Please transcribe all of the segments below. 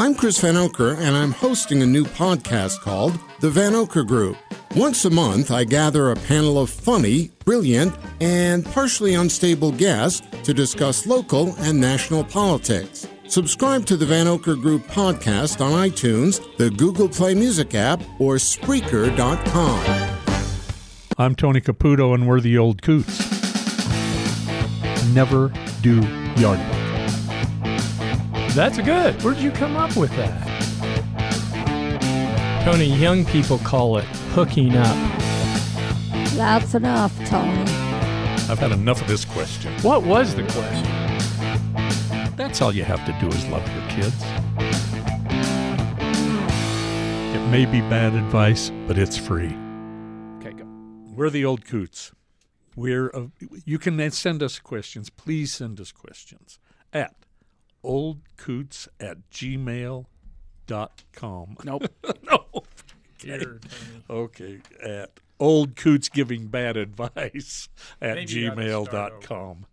I'm Chris Van Oker, and I'm hosting a new podcast called The Van Oker Group. Once a month, I gather a panel of funny, brilliant, and partially unstable guests to discuss local and national politics. Subscribe to the Van Oker Group podcast on iTunes, the Google Play Music app, or Spreaker.com. I'm Tony Caputo, and we're the old coots. Never do yard work. That's good. Where'd you come up with that? Tony, young people call it hooking up. That's enough, Tony. I've had enough of this question. What was the question? That's all you have to do is love your kids. It may be bad advice. But it's free. Okay, go. We're the old coots. We're uh, you can then send us questions. Please send us questions at oldcoots at gmail.com. Nope. no. Okay. okay. At old coots giving bad advice at Maybe you ought to start over. gmail.com.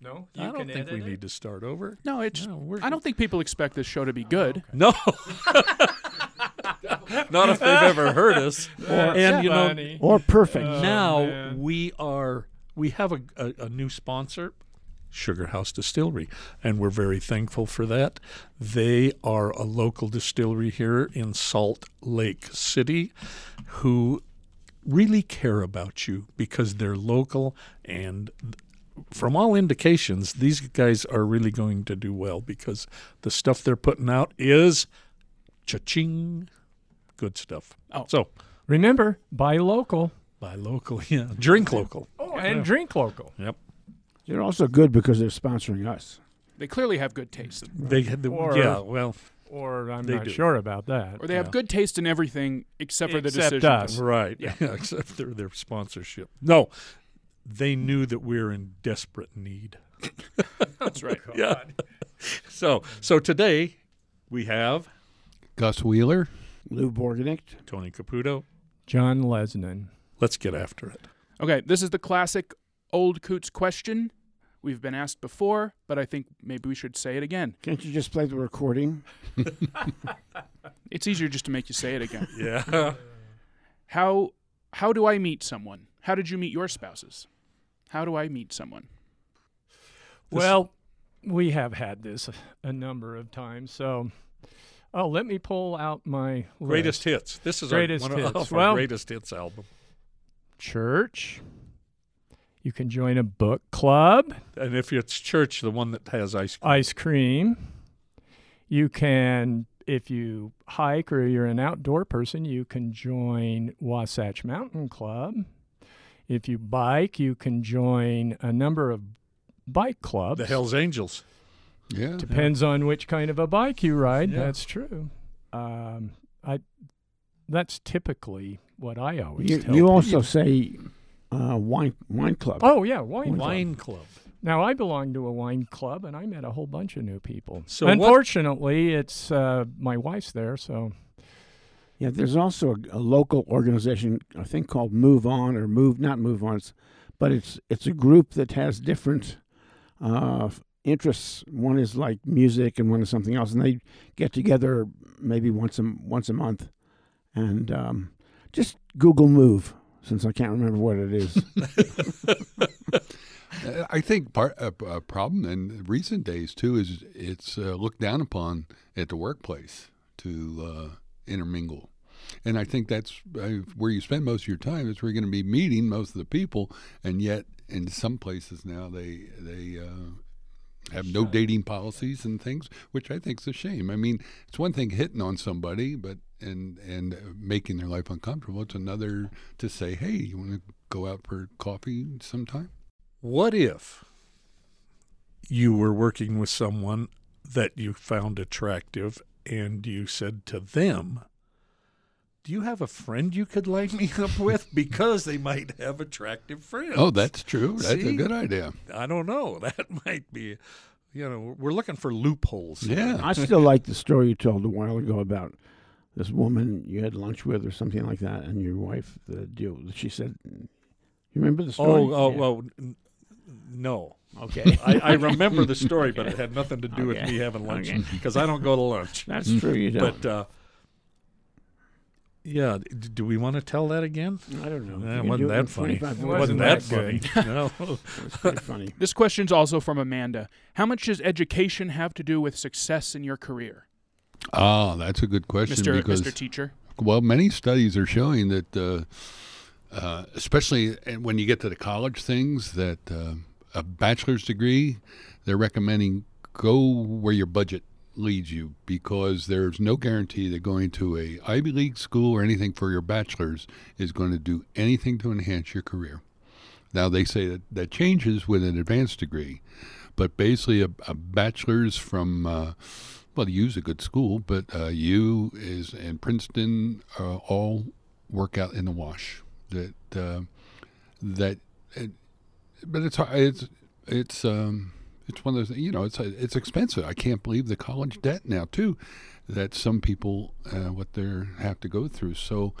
No, I don't think we need to start over. No, it's. No, we're- I don't think people expect this show to be good. No. Not if they've ever heard us. and you know, or perfect. now man. we are we have a, a, a new sponsor sugar house distillery and we're very thankful for that they are a local distillery here in salt lake city who really care about you because they're local and from all indications these guys are really going to do well because the stuff they're putting out is cha-ching good stuff Oh. so Remember, buy local buy local yeah drink local and drink local. Yep. They're also good because they're sponsoring us. They clearly have good taste, They had the Or- yeah. Well, Or I'm They not do. sure about that. or they have Yeah. good taste in everything except for the Except decision. us. right. Yeah. Except their their sponsorship. No, they knew that we are in desperate need. That's right. Yeah. so so today we have Gus Wheeler. Lou Borgenicht. Tony Caputo. John Lesnan. Let's get after it. Okay, this is the classic old coots question. We've been asked before, but I think maybe we should say it again. Can't you just play the recording? It's easier just to make you say it again. Yeah. How how do I meet someone? How did you meet your spouses? How do I meet someone? Well, we have had this a, a number of times. So, oh, let me pull out my greatest list. hits. This is our- Greatest one of- hits. our Well- greatest hits album. church. You can join a book club. And if it's church, the one that has ice cream. ice cream. You can, if you hike or you're an outdoor person, you can join Wasatch Mountain Club. If you bike, you can join a number of bike clubs. the Hell's Angels. Yeah. Depends on which kind of a bike you ride. Yeah. That's true. Um, I. That's typically what I always You, tell. you people. also say uh, wine wine club. Oh yeah, wine. Wine club. Wine Club. Now I belong to a wine club, and I met a whole bunch of new people. So what- unfortunately, it's uh, my wife's there, so Yeah, there's also a, a local organization, I think called Move On or Move Not Move On, it's- but it's it's a group that has different uh, f- interests. One is like music, and one is something else, and they get together maybe once a m- once a month, and um, just Google Move since I can't remember what it is. Uh, I think part a, a problem in recent days too is it's uh, looked down upon at the workplace to uh, intermingle, and I think that's uh, where you spend most of your time. That's where you're going to be meeting most of the people, and yet in some places now they they. Uh, have no dating policies and things, which I think's a shame. I mean, it's one thing hitting on somebody, but and and uh, making their life uncomfortable. It's another to say, "Hey, you want to go out for coffee sometime?" What if you were working with someone that you found attractive and you said to them, Do you have a friend you could line me up with? Because they might have attractive friends. Oh, that's true. That's See? a good idea. I don't know. That might be, you know, we're looking for loopholes. here. Yeah. I still like the story you told a while ago about this woman you had lunch with or something like that, and your wife, the deal. She said, "You remember the story?" Oh, oh, well, n- no. Okay. oh, I, I remember the story, but it had nothing to do with Okay. me having lunch Okay. because I don't go to lunch. That's true. You don't. But uh, yeah, d- do we want to tell that again? I don't know. Eh, You it can do wasn't it in that funny. 25 It words. wasn't that That's funny. no. That's pretty funny. This question's also from Amanda. How much does education have to do with success in your career, Ah, that's a good question Mister because Mister Teacher? Well, many studies are showing that, uh, uh, especially and when you get to the college things, that uh, a bachelor's degree, they're recommending go where your budget leads you because there's no guarantee that going to a Ivy League school or anything for your bachelor's is going to do anything to enhance your career. Now they say that that changes with an advanced degree, but basically a, a bachelor's from uh, well, U's a good school, but uh, U is and Princeton uh, all work out in the wash. That uh, that, it, but it's hard- it's it's um it's one of those you know it's it's expensive. I can't believe the college debt now too, that some people uh, what they are have to go through. So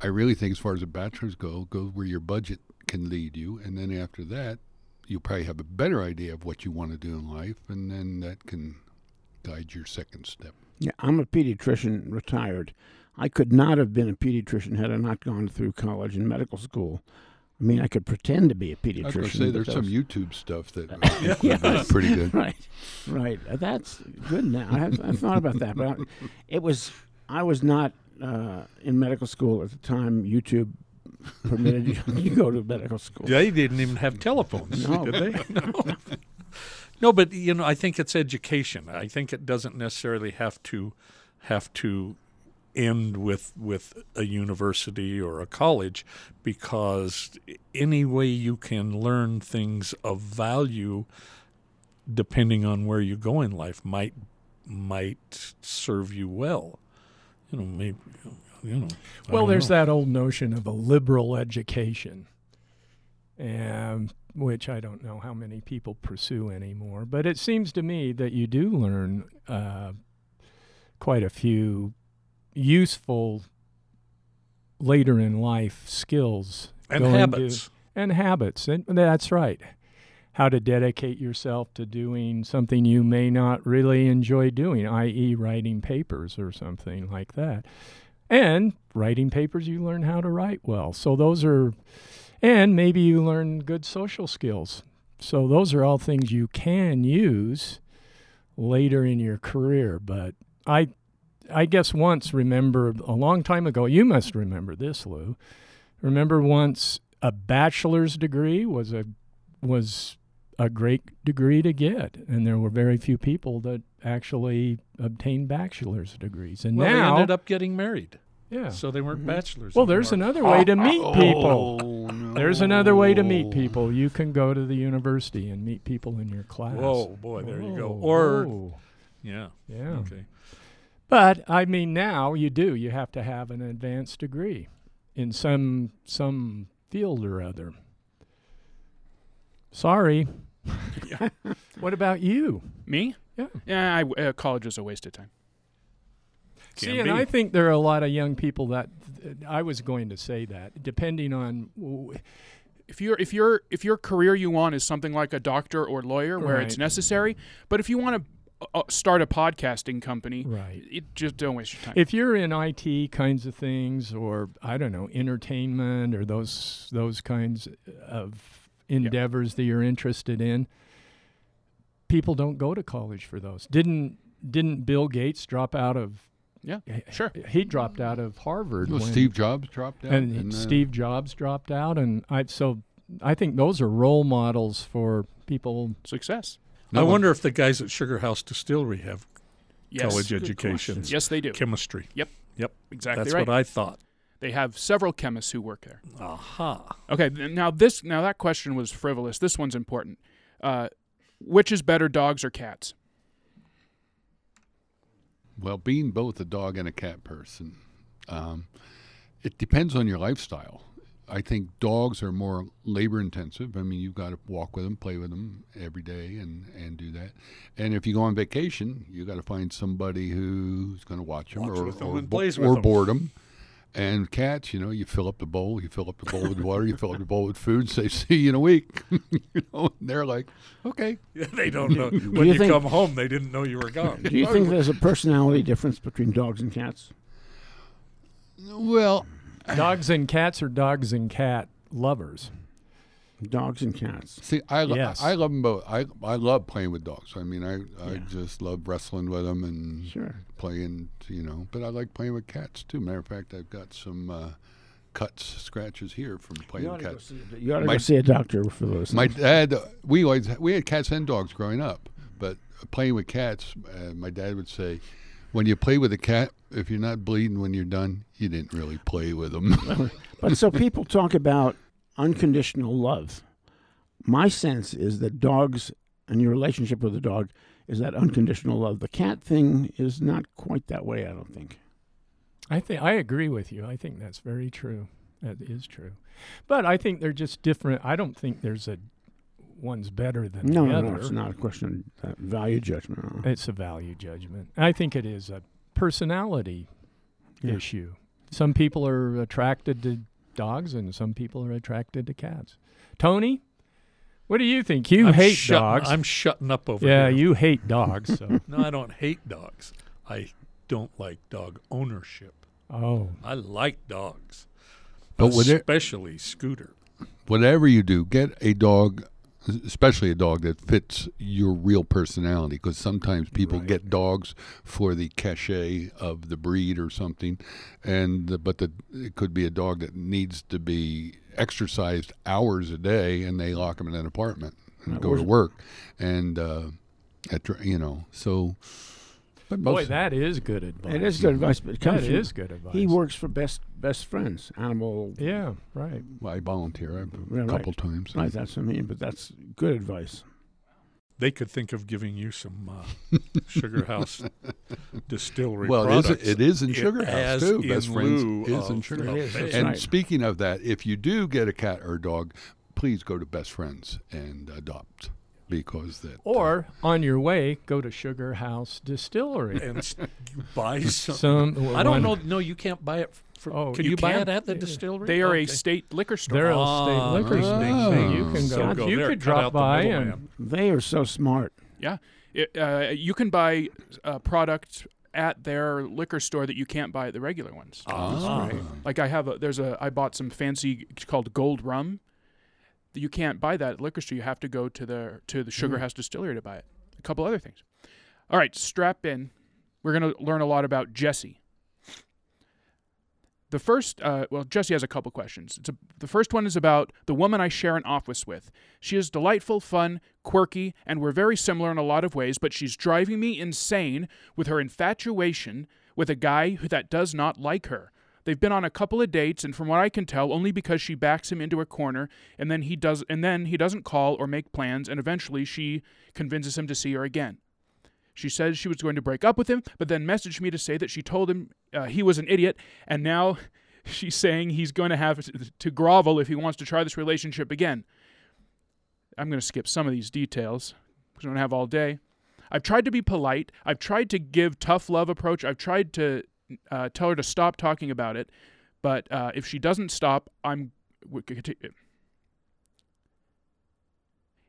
I really think as far as a bachelor's go, go where your budget can lead you, and then after that, you'll probably have a better idea of what you want to do in life, and then that can guide your second step. Yeah, I'm a pediatrician retired. I could not have been a pediatrician had I not gone through college and medical school. I mean, I could pretend to be a I pediatrician. was going to say but there's that some was- YouTube stuff that I think would be Yes. pretty good. right, right. Uh, That's good. Now I, have, I thought about that, but I, it was I was not uh, in medical school at the time. YouTube permitted you to go to medical school. They didn't even have telephones, No. did they? No. no, but you know, I think it's education. I think it doesn't necessarily have to have to end with with a university or a college because any way you can learn things of value depending on where you go in life might might serve you well. You know, maybe you know. I Well, don't there's know. that old notion of a liberal education, um, which I don't know how many people pursue anymore. But it seems to me that you do learn uh, quite a few useful later in life skills and going to- habits. and habits. And that's right. How to dedicate yourself to doing something you may not really enjoy doing, i.e., writing papers or something like that. And writing papers, you learn how to write well. So those are, and maybe you learn good social skills. So those are all things you can use later in your career. But I, I guess once remember a long time ago, you must remember this, Lou. Remember once a bachelor's degree was a was a great degree to get, and there were very few people that actually obtained bachelor's degrees. And well, now, they ended up getting married. yeah. So they weren't bachelors. Well, there's another. another way to meet people. Oh, no. There's another way to Oh. meet people. You can go to the university and meet people in your class. Whoa, boy, there you go. Whoa, Or- whoa. Yeah. yeah. Okay. But I mean, now you do. You have to have an advanced degree in some some field or other. Sorry. what about you? Me? Yeah. Yeah. I w uh, college is a waste of time. See, and I think there are a lot of young people that I was going to say that, depending on w- If your if your if your career you want is something like a doctor or lawyer where it's Right. necessary, but if you want to uh, start a podcasting company, right. it just don't waste your time. If you're in IT kinds of things, or I don't know, entertainment, or those those kinds of endeavors that you're interested in, people don't go to college for those. Didn't didn't Bill Gates drop out of? yeah. Sure. He dropped out of Harvard. Well, when- Steve Jobs dropped out. and, uh, Steve Jobs dropped out, and I so I think those are role models for people. Success. no I one- wonder if the guys at Sugar House Distillery have Yes. college educations. Yes, they do. Chemistry. Yep. Yep. Exactly That's right. what I thought. they have several chemists who work there. Aha. Okay, th- now this now that question was frivolous. This one's important. Uh, which is better, dogs or cats? Well, being both a dog and a cat person, um, it depends on your lifestyle. I think dogs are more labor intensive. I mean, you've got to walk with them, play with them every day, and, and do that. And if you go on vacation, you got to find somebody who's going to watch them Walks or, with 'em or, and bo- plays with or 'em. board them. And cats, you know, you fill up the bowl, you fill up the bowl with water, you fill up the bowl with food, say, see you in a week. you know, and they're like, okay. they don't know. When you you, think- come home, they didn't know you were gone. Do you think there's a personality difference between dogs and cats? Well, Dogs and cats are dogs and cat lovers. Dogs and cats. See, I, lo- Yes. I love them both. I, I love playing with dogs. I mean, I, I just love wrestling with them and Sure. playing, you know. But I like playing with cats too. Matter of fact, I've got some uh, cuts, scratches here from playing with cats. You ought to My- go see a doctor for those. My things. dad, uh, we always we had cats and dogs growing up, but playing with cats, uh, my dad would say, when you play with a cat, if you're not bleeding when you're done, you didn't really play with them. but so people talk about unconditional love. My sense is that dogs and your relationship with the dog is that unconditional love. The cat thing is not quite that way, I don't think. I think I agree with you. I think that's very true. That is true. But I think they're just different. I don't think there's a one's better than No, the no, other. no, it's not a question of uh, value judgment. uh-uh. no. It's a value judgment. I think it is a personality Yeah. issue. Some people are attracted to dogs and some people are attracted to cats. Tony, what do you think? You I'm hate shutting, dogs. I'm shutting up over yeah, here. you hate dogs. So. No, I don't hate dogs. I don't like dog ownership. oh, I like dogs, But would it- especially Scooter. Whatever you do, get a dog, especially a dog that fits your real personality. Because sometimes people get dogs for the cachet of the breed or something, and but the, it could be a dog that needs to be exercised hours a day, and they lock him in an apartment and That go to wasn't- work, and uh, at, dr- you know so. But boy, most- that is good advice. It is good advice, but it That comes from- is good advice. He works for best best friends, animal. Yeah, right. well, I volunteer I've- a Yeah, right. couple times. Right, that's what I mean. But that's good advice. They could think of giving you some uh, Sugar House distillery Well, it is, products. it is in Sugar House as too. in Best friends lieu is in of- Sugar of House. It is, that's and right. speaking of that, if you do get a cat or a dog, please go to Best Friends and adopt because that. Or on your way, go to Sugar House Distillery. and s- you buy some. Some I don't one- know. No, you can't buy it. For, Oh, can you you, buy can't? it at the Yeah. distillery? They are a Okay. state liquor store. Oh. They're all Ah, state liquor right. stores. So you can So go. go you there, could cut drop out the by middleman. and They are so smart. Yeah, It- uh, you can buy a product at their liquor store that you can't buy at the regular ones. Ah. Like I have a there's a I bought some fancy it's called Gold Rum. You can't buy that at liquor store. You have to go to the to the Sugar House Distillery to buy it. A couple other things. All right, strap in. We're gonna learn a lot about Jesse. The first, uh, well, Jesse has a couple questions. It's a, the first one is about the woman I share an office with. She is delightful, fun, quirky, and we're very similar in a lot of ways, but she's driving me insane with her infatuation with a guy who that does not like her. They've been on a couple of dates, and from what I can tell, only because she backs him into a corner, and then he does, and then he doesn't call or make plans, and eventually she convinces him to see her again. She says she was going to break up with him, but then messaged me to say that she told him uh, he was an idiot, and now she's saying he's going to have to- to grovel if he wants to try this relationship again. I'm going to skip some of these details because we don't have all day. I've tried to be polite. I've tried to give tough love approach. I've tried to uh, tell her to stop talking about it, but uh, if she doesn't stop, I'm. w- conti-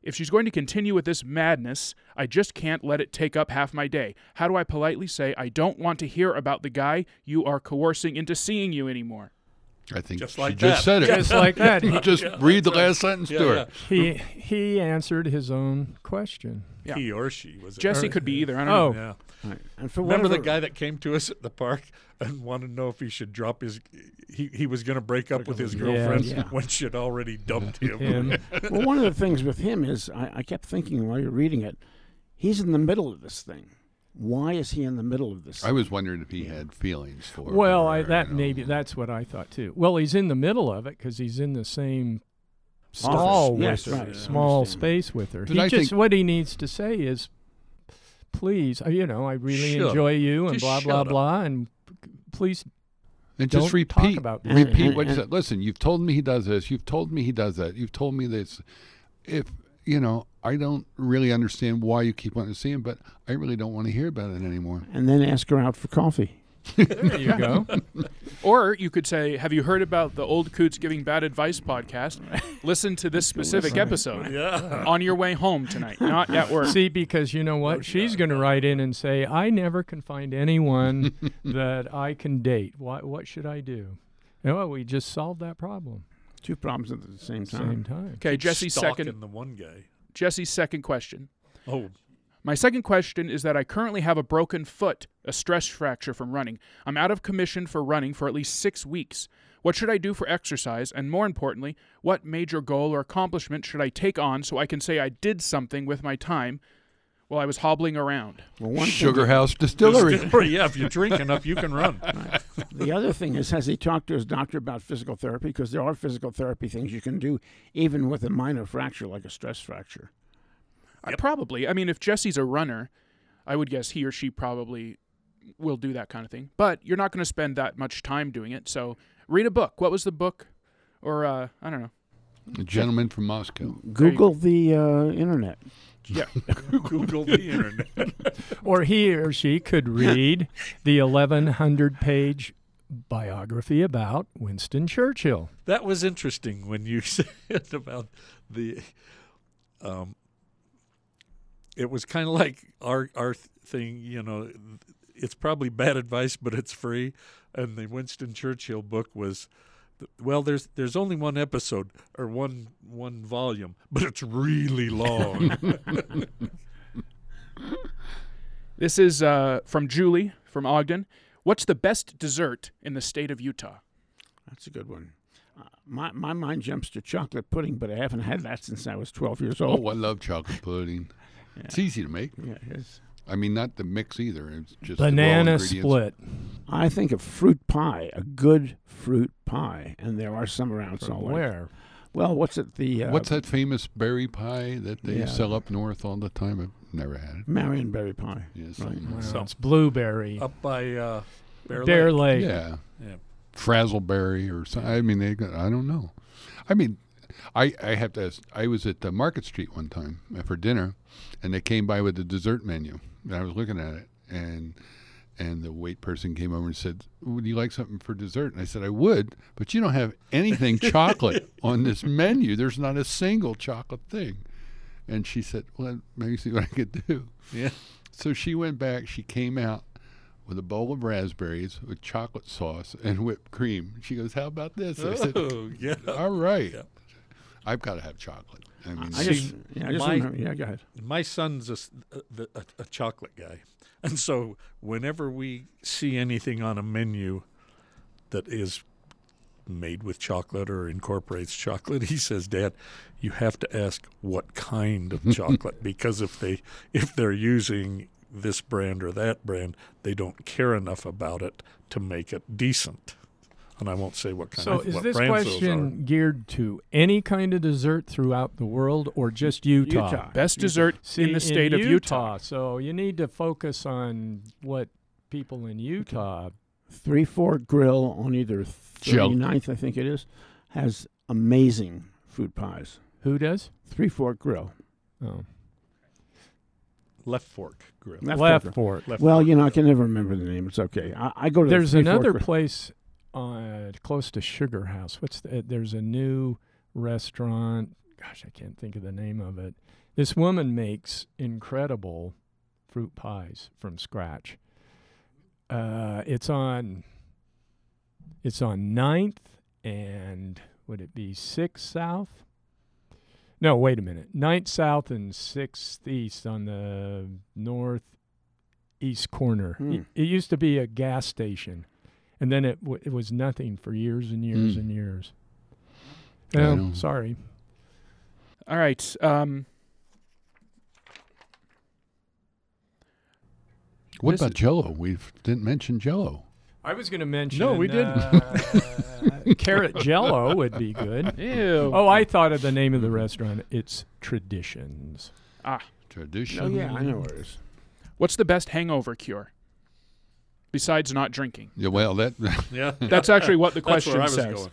If she's going to continue with this madness, I just can't let it take up half my day. How do I politely say I don't want to hear about the guy you are coercing into seeing you anymore? I think Just she like just that. said it. just like that. He, just read the last sentence Yeah, to her. yeah. he he answered his own question. Ah. Yeah. He or she was it? Jesse Or- could be either. I don't know. Oh, Yeah. Right. And for Remember the whatever- guy that came to us at the park and wanted to know if he should drop his. He, he was going to break up with his Yeah, girlfriend yeah. when she'd already dumped him. him. well, one of the things with him is I, I kept thinking while you're reading it, he's in the middle of this thing. Why is he in the middle of this? I was wondering if he had feelings for. well, her, I, you that know. maybe that's what I thought too. Well, he's in the middle of it because he's in the same Office. stall with Yes, her, right. small Understand. space with her. But he I just think- what he needs to say is, please, uh, you know, I really Shut up. enjoy you and Just blah blah shut up. blah, and uh, please and don't just repeat. talk about this. repeat And- what you and- said. Listen, you've told me he does this. You've told me he does that. You've told me this. If you know, I don't really understand why you keep wanting to see him, but I really don't want to hear about it anymore. and then ask her out for coffee. There you go. Or you could say, Have you heard about the Old Coots Giving Bad Advice podcast? Listen to this specific episode on your way home tonight, not at work. See, because you know what? She's going to write in and say, I never can find anyone that I can date. What, what should I do? You know what? We just solved that problem Two problems at the same at the same time. time. Okay, Jesse's Stalking second, the one guy. Jesse's second question. Oh, My second question is that I currently have a broken foot, a stress fracture from running. I'm out of commission for running for at least six weeks. What should I do for exercise? And more importantly, what major goal or accomplishment should I take on so I can say I did something with my time while I was hobbling around? Well, one thing- Sugar House Distillery. distillery. Yeah, if you drink enough, you can run. the other thing is, has he talked to his doctor about physical therapy? Because there are physical therapy things you can do, even with a minor fracture like a stress fracture. I probably. I mean, if Jesse's a runner, I would guess he or she probably will do that kind of thing. But you're not going to spend that much time doing it. So read a book. What was the book? Or, uh, I don't know. A gentleman from Moscow. you go. Google the uh, internet. Yeah. Google the internet. Or he or she could read the 1,100 page biography about Winston Churchill. That was interesting when you said about the. Um, it was kind of like our our th- thing, you know. It's probably bad advice, but it's free. And the Winston Churchill book was, th- well, there's there's only one episode or one one volume, but it's really long. This is uh, from Julie from Ogden. What's the best dessert in the state of Utah? That's a good one. Uh, my, my mind jumps to chocolate pudding, but I haven't had that since I was 12 years old. Oh, I love chocolate pudding. It's easy to make. Yeah, it is. I mean, not the mix either. It's just the raw Banana ingredients. split. I think of fruit pie, a good fruit pie, and there are some around From somewhere. where? Well, what's it? The uh, What's that famous berry pie that they Yeah. sell up north all the time? I've never had it. Marion berry pie. Yeah, Right. something Well, like- So- it's blueberry. Up by uh, Bear Lake. Bear Lake. yeah. Yeah. Frazzleberry or something. I mean, they. Got, I don't know. I mean, I, I have to. Ask, I was at uh, Market Street one time uh, for dinner, and they came by with the dessert menu, and I was looking at it, and and the wait person came over and said, "Would you like something for dessert?" And I said, "I would, but you don't have anything chocolate on this menu. There's not a single chocolate thing." And she said, "Well, maybe see what I could do." Yeah. So she went back. She came out with a bowl of raspberries with chocolate sauce and whipped cream. She goes, "How about this?" I said, Oh, yeah. "All right, I've got to have chocolate." I mean, I See, just, yeah, I just my- remember, yeah, go ahead. my son's a, s- a- the- a- a chocolate guy, and so whenever we see anything on a menu that is made with chocolate or incorporates chocolate, he says, "Dad, you have to ask what kind of chocolate because if they if they're using this brand or that brand, they don't care enough about it to make it decent." And I won't say what kind So of is what this brands those are. question geared to any kind of dessert throughout the world or just Utah? Best dessert See, in the state of Utah. So you need to focus on what people in Utah. Three Fork Grill on either Joe. 39th, I think it is, has amazing fruit pies. Who does? Three Fork Grill. Oh. Left fork grill. Left Fork. Fork. Left Well, fork you know, I grill. can never remember the name. It's okay. I, I go to the There's Three Fork another Grill. place uh, close to Sugar House. What's the, uh, there's a new restaurant. Gosh, I can't think of the name of it. This woman makes incredible fruit pies from scratch. Uh, it's on. It's on Ninth and would it be Sixth South? No, wait a minute. Ninth South and Sixth East on the north east corner. Hmm. It, it used to be a gas station, and then it w- it was nothing for years and years Hmm. and years. I Oh, know. sorry. All right. Um, what This about is- Jello? We f- didn't mention Jello. I was going to mention. we didn't. uh, carrot Jello would be good. ew. Oh, I thought of the name of the restaurant. It's Traditions. Tradition. Oh, yeah, I know where it is. What's the best hangover cure? Besides not drinking. Yeah, well, that Yeah. That's actually what the uh, That's question where I was says. going.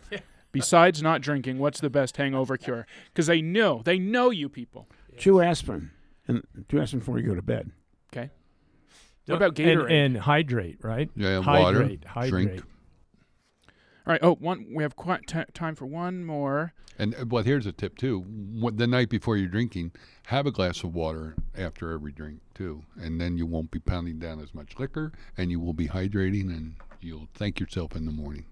Besides not drinking, what's the best hangover cure? Because they know, they know you people. Two aspirin. And two aspirin before you go to bed. What about And, Gatorade? and hydrate, right? Yeah, water, hydrate, hydrate. drink. All right. Oh, one. We have quite t- time for one more. And uh, well, here's a tip too: Wh- the night before you're drinking, have a glass of water after every drink too, and then you won't be pounding down as much liquor, and you will be hydrating, and you'll thank yourself in the morning.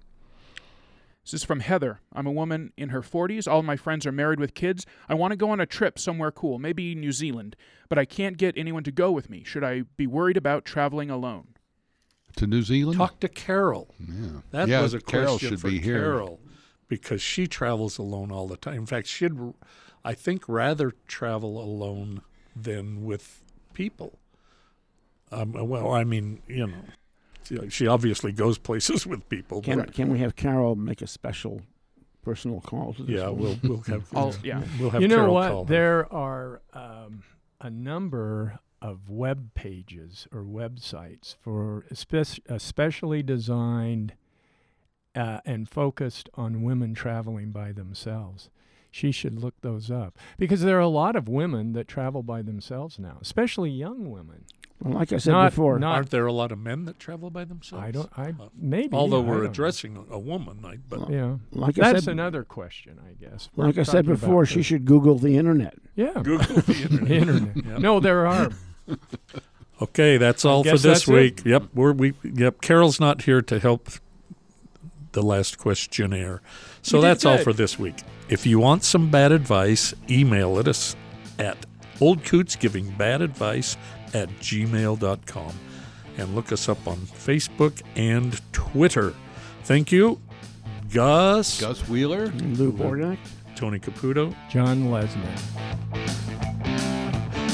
This is from Heather. I'm a woman in her 40s. All my friends are married with kids. I want to go on a trip somewhere cool, maybe New Zealand, but I can't get anyone to go with me. Should I be worried about traveling alone? To New Zealand, Talk to Carol. yeah, That yeah, was a Carol question should for be here. Carol because she travels alone all the time. In fact, she'd, r- I think, rather travel alone than with people. Um, well, I mean, you know, she- uh, she obviously goes places with people. Can but can we have Carol make a special personal call to this? yeah, woman? we'll we'll have I'll- yeah. we'll have you know Carol what? call her. There are um, a number of web pages or websites for espe- especially designed uh, and focused on women traveling by themselves. She should look those up because there are a lot of women that travel by themselves now, especially young women. Well, like I said Not- before, not- Aren't there a lot of men that travel by themselves? I don't. I Uh, maybe. Although I we're don't- addressing a woman, I, but Yeah, like I that's said, another question, I guess. We're like I said talking about before, she the- should Google the internet. Yeah, Google the internet. the internet. Yeah. No, there are Okay, that's all for guess this that's it. week. Yep, we're we yep, Carol's not here to help the last questionnaire. So You did that's all good. for this week. If you want some bad advice, email it us at oldcootsgivingbadadvice at gmail.com and look us up on Facebook and Twitter. Thank you, Gus, Gus Wheeler. Lou Bornack. Tony Caputo. John Lesnar.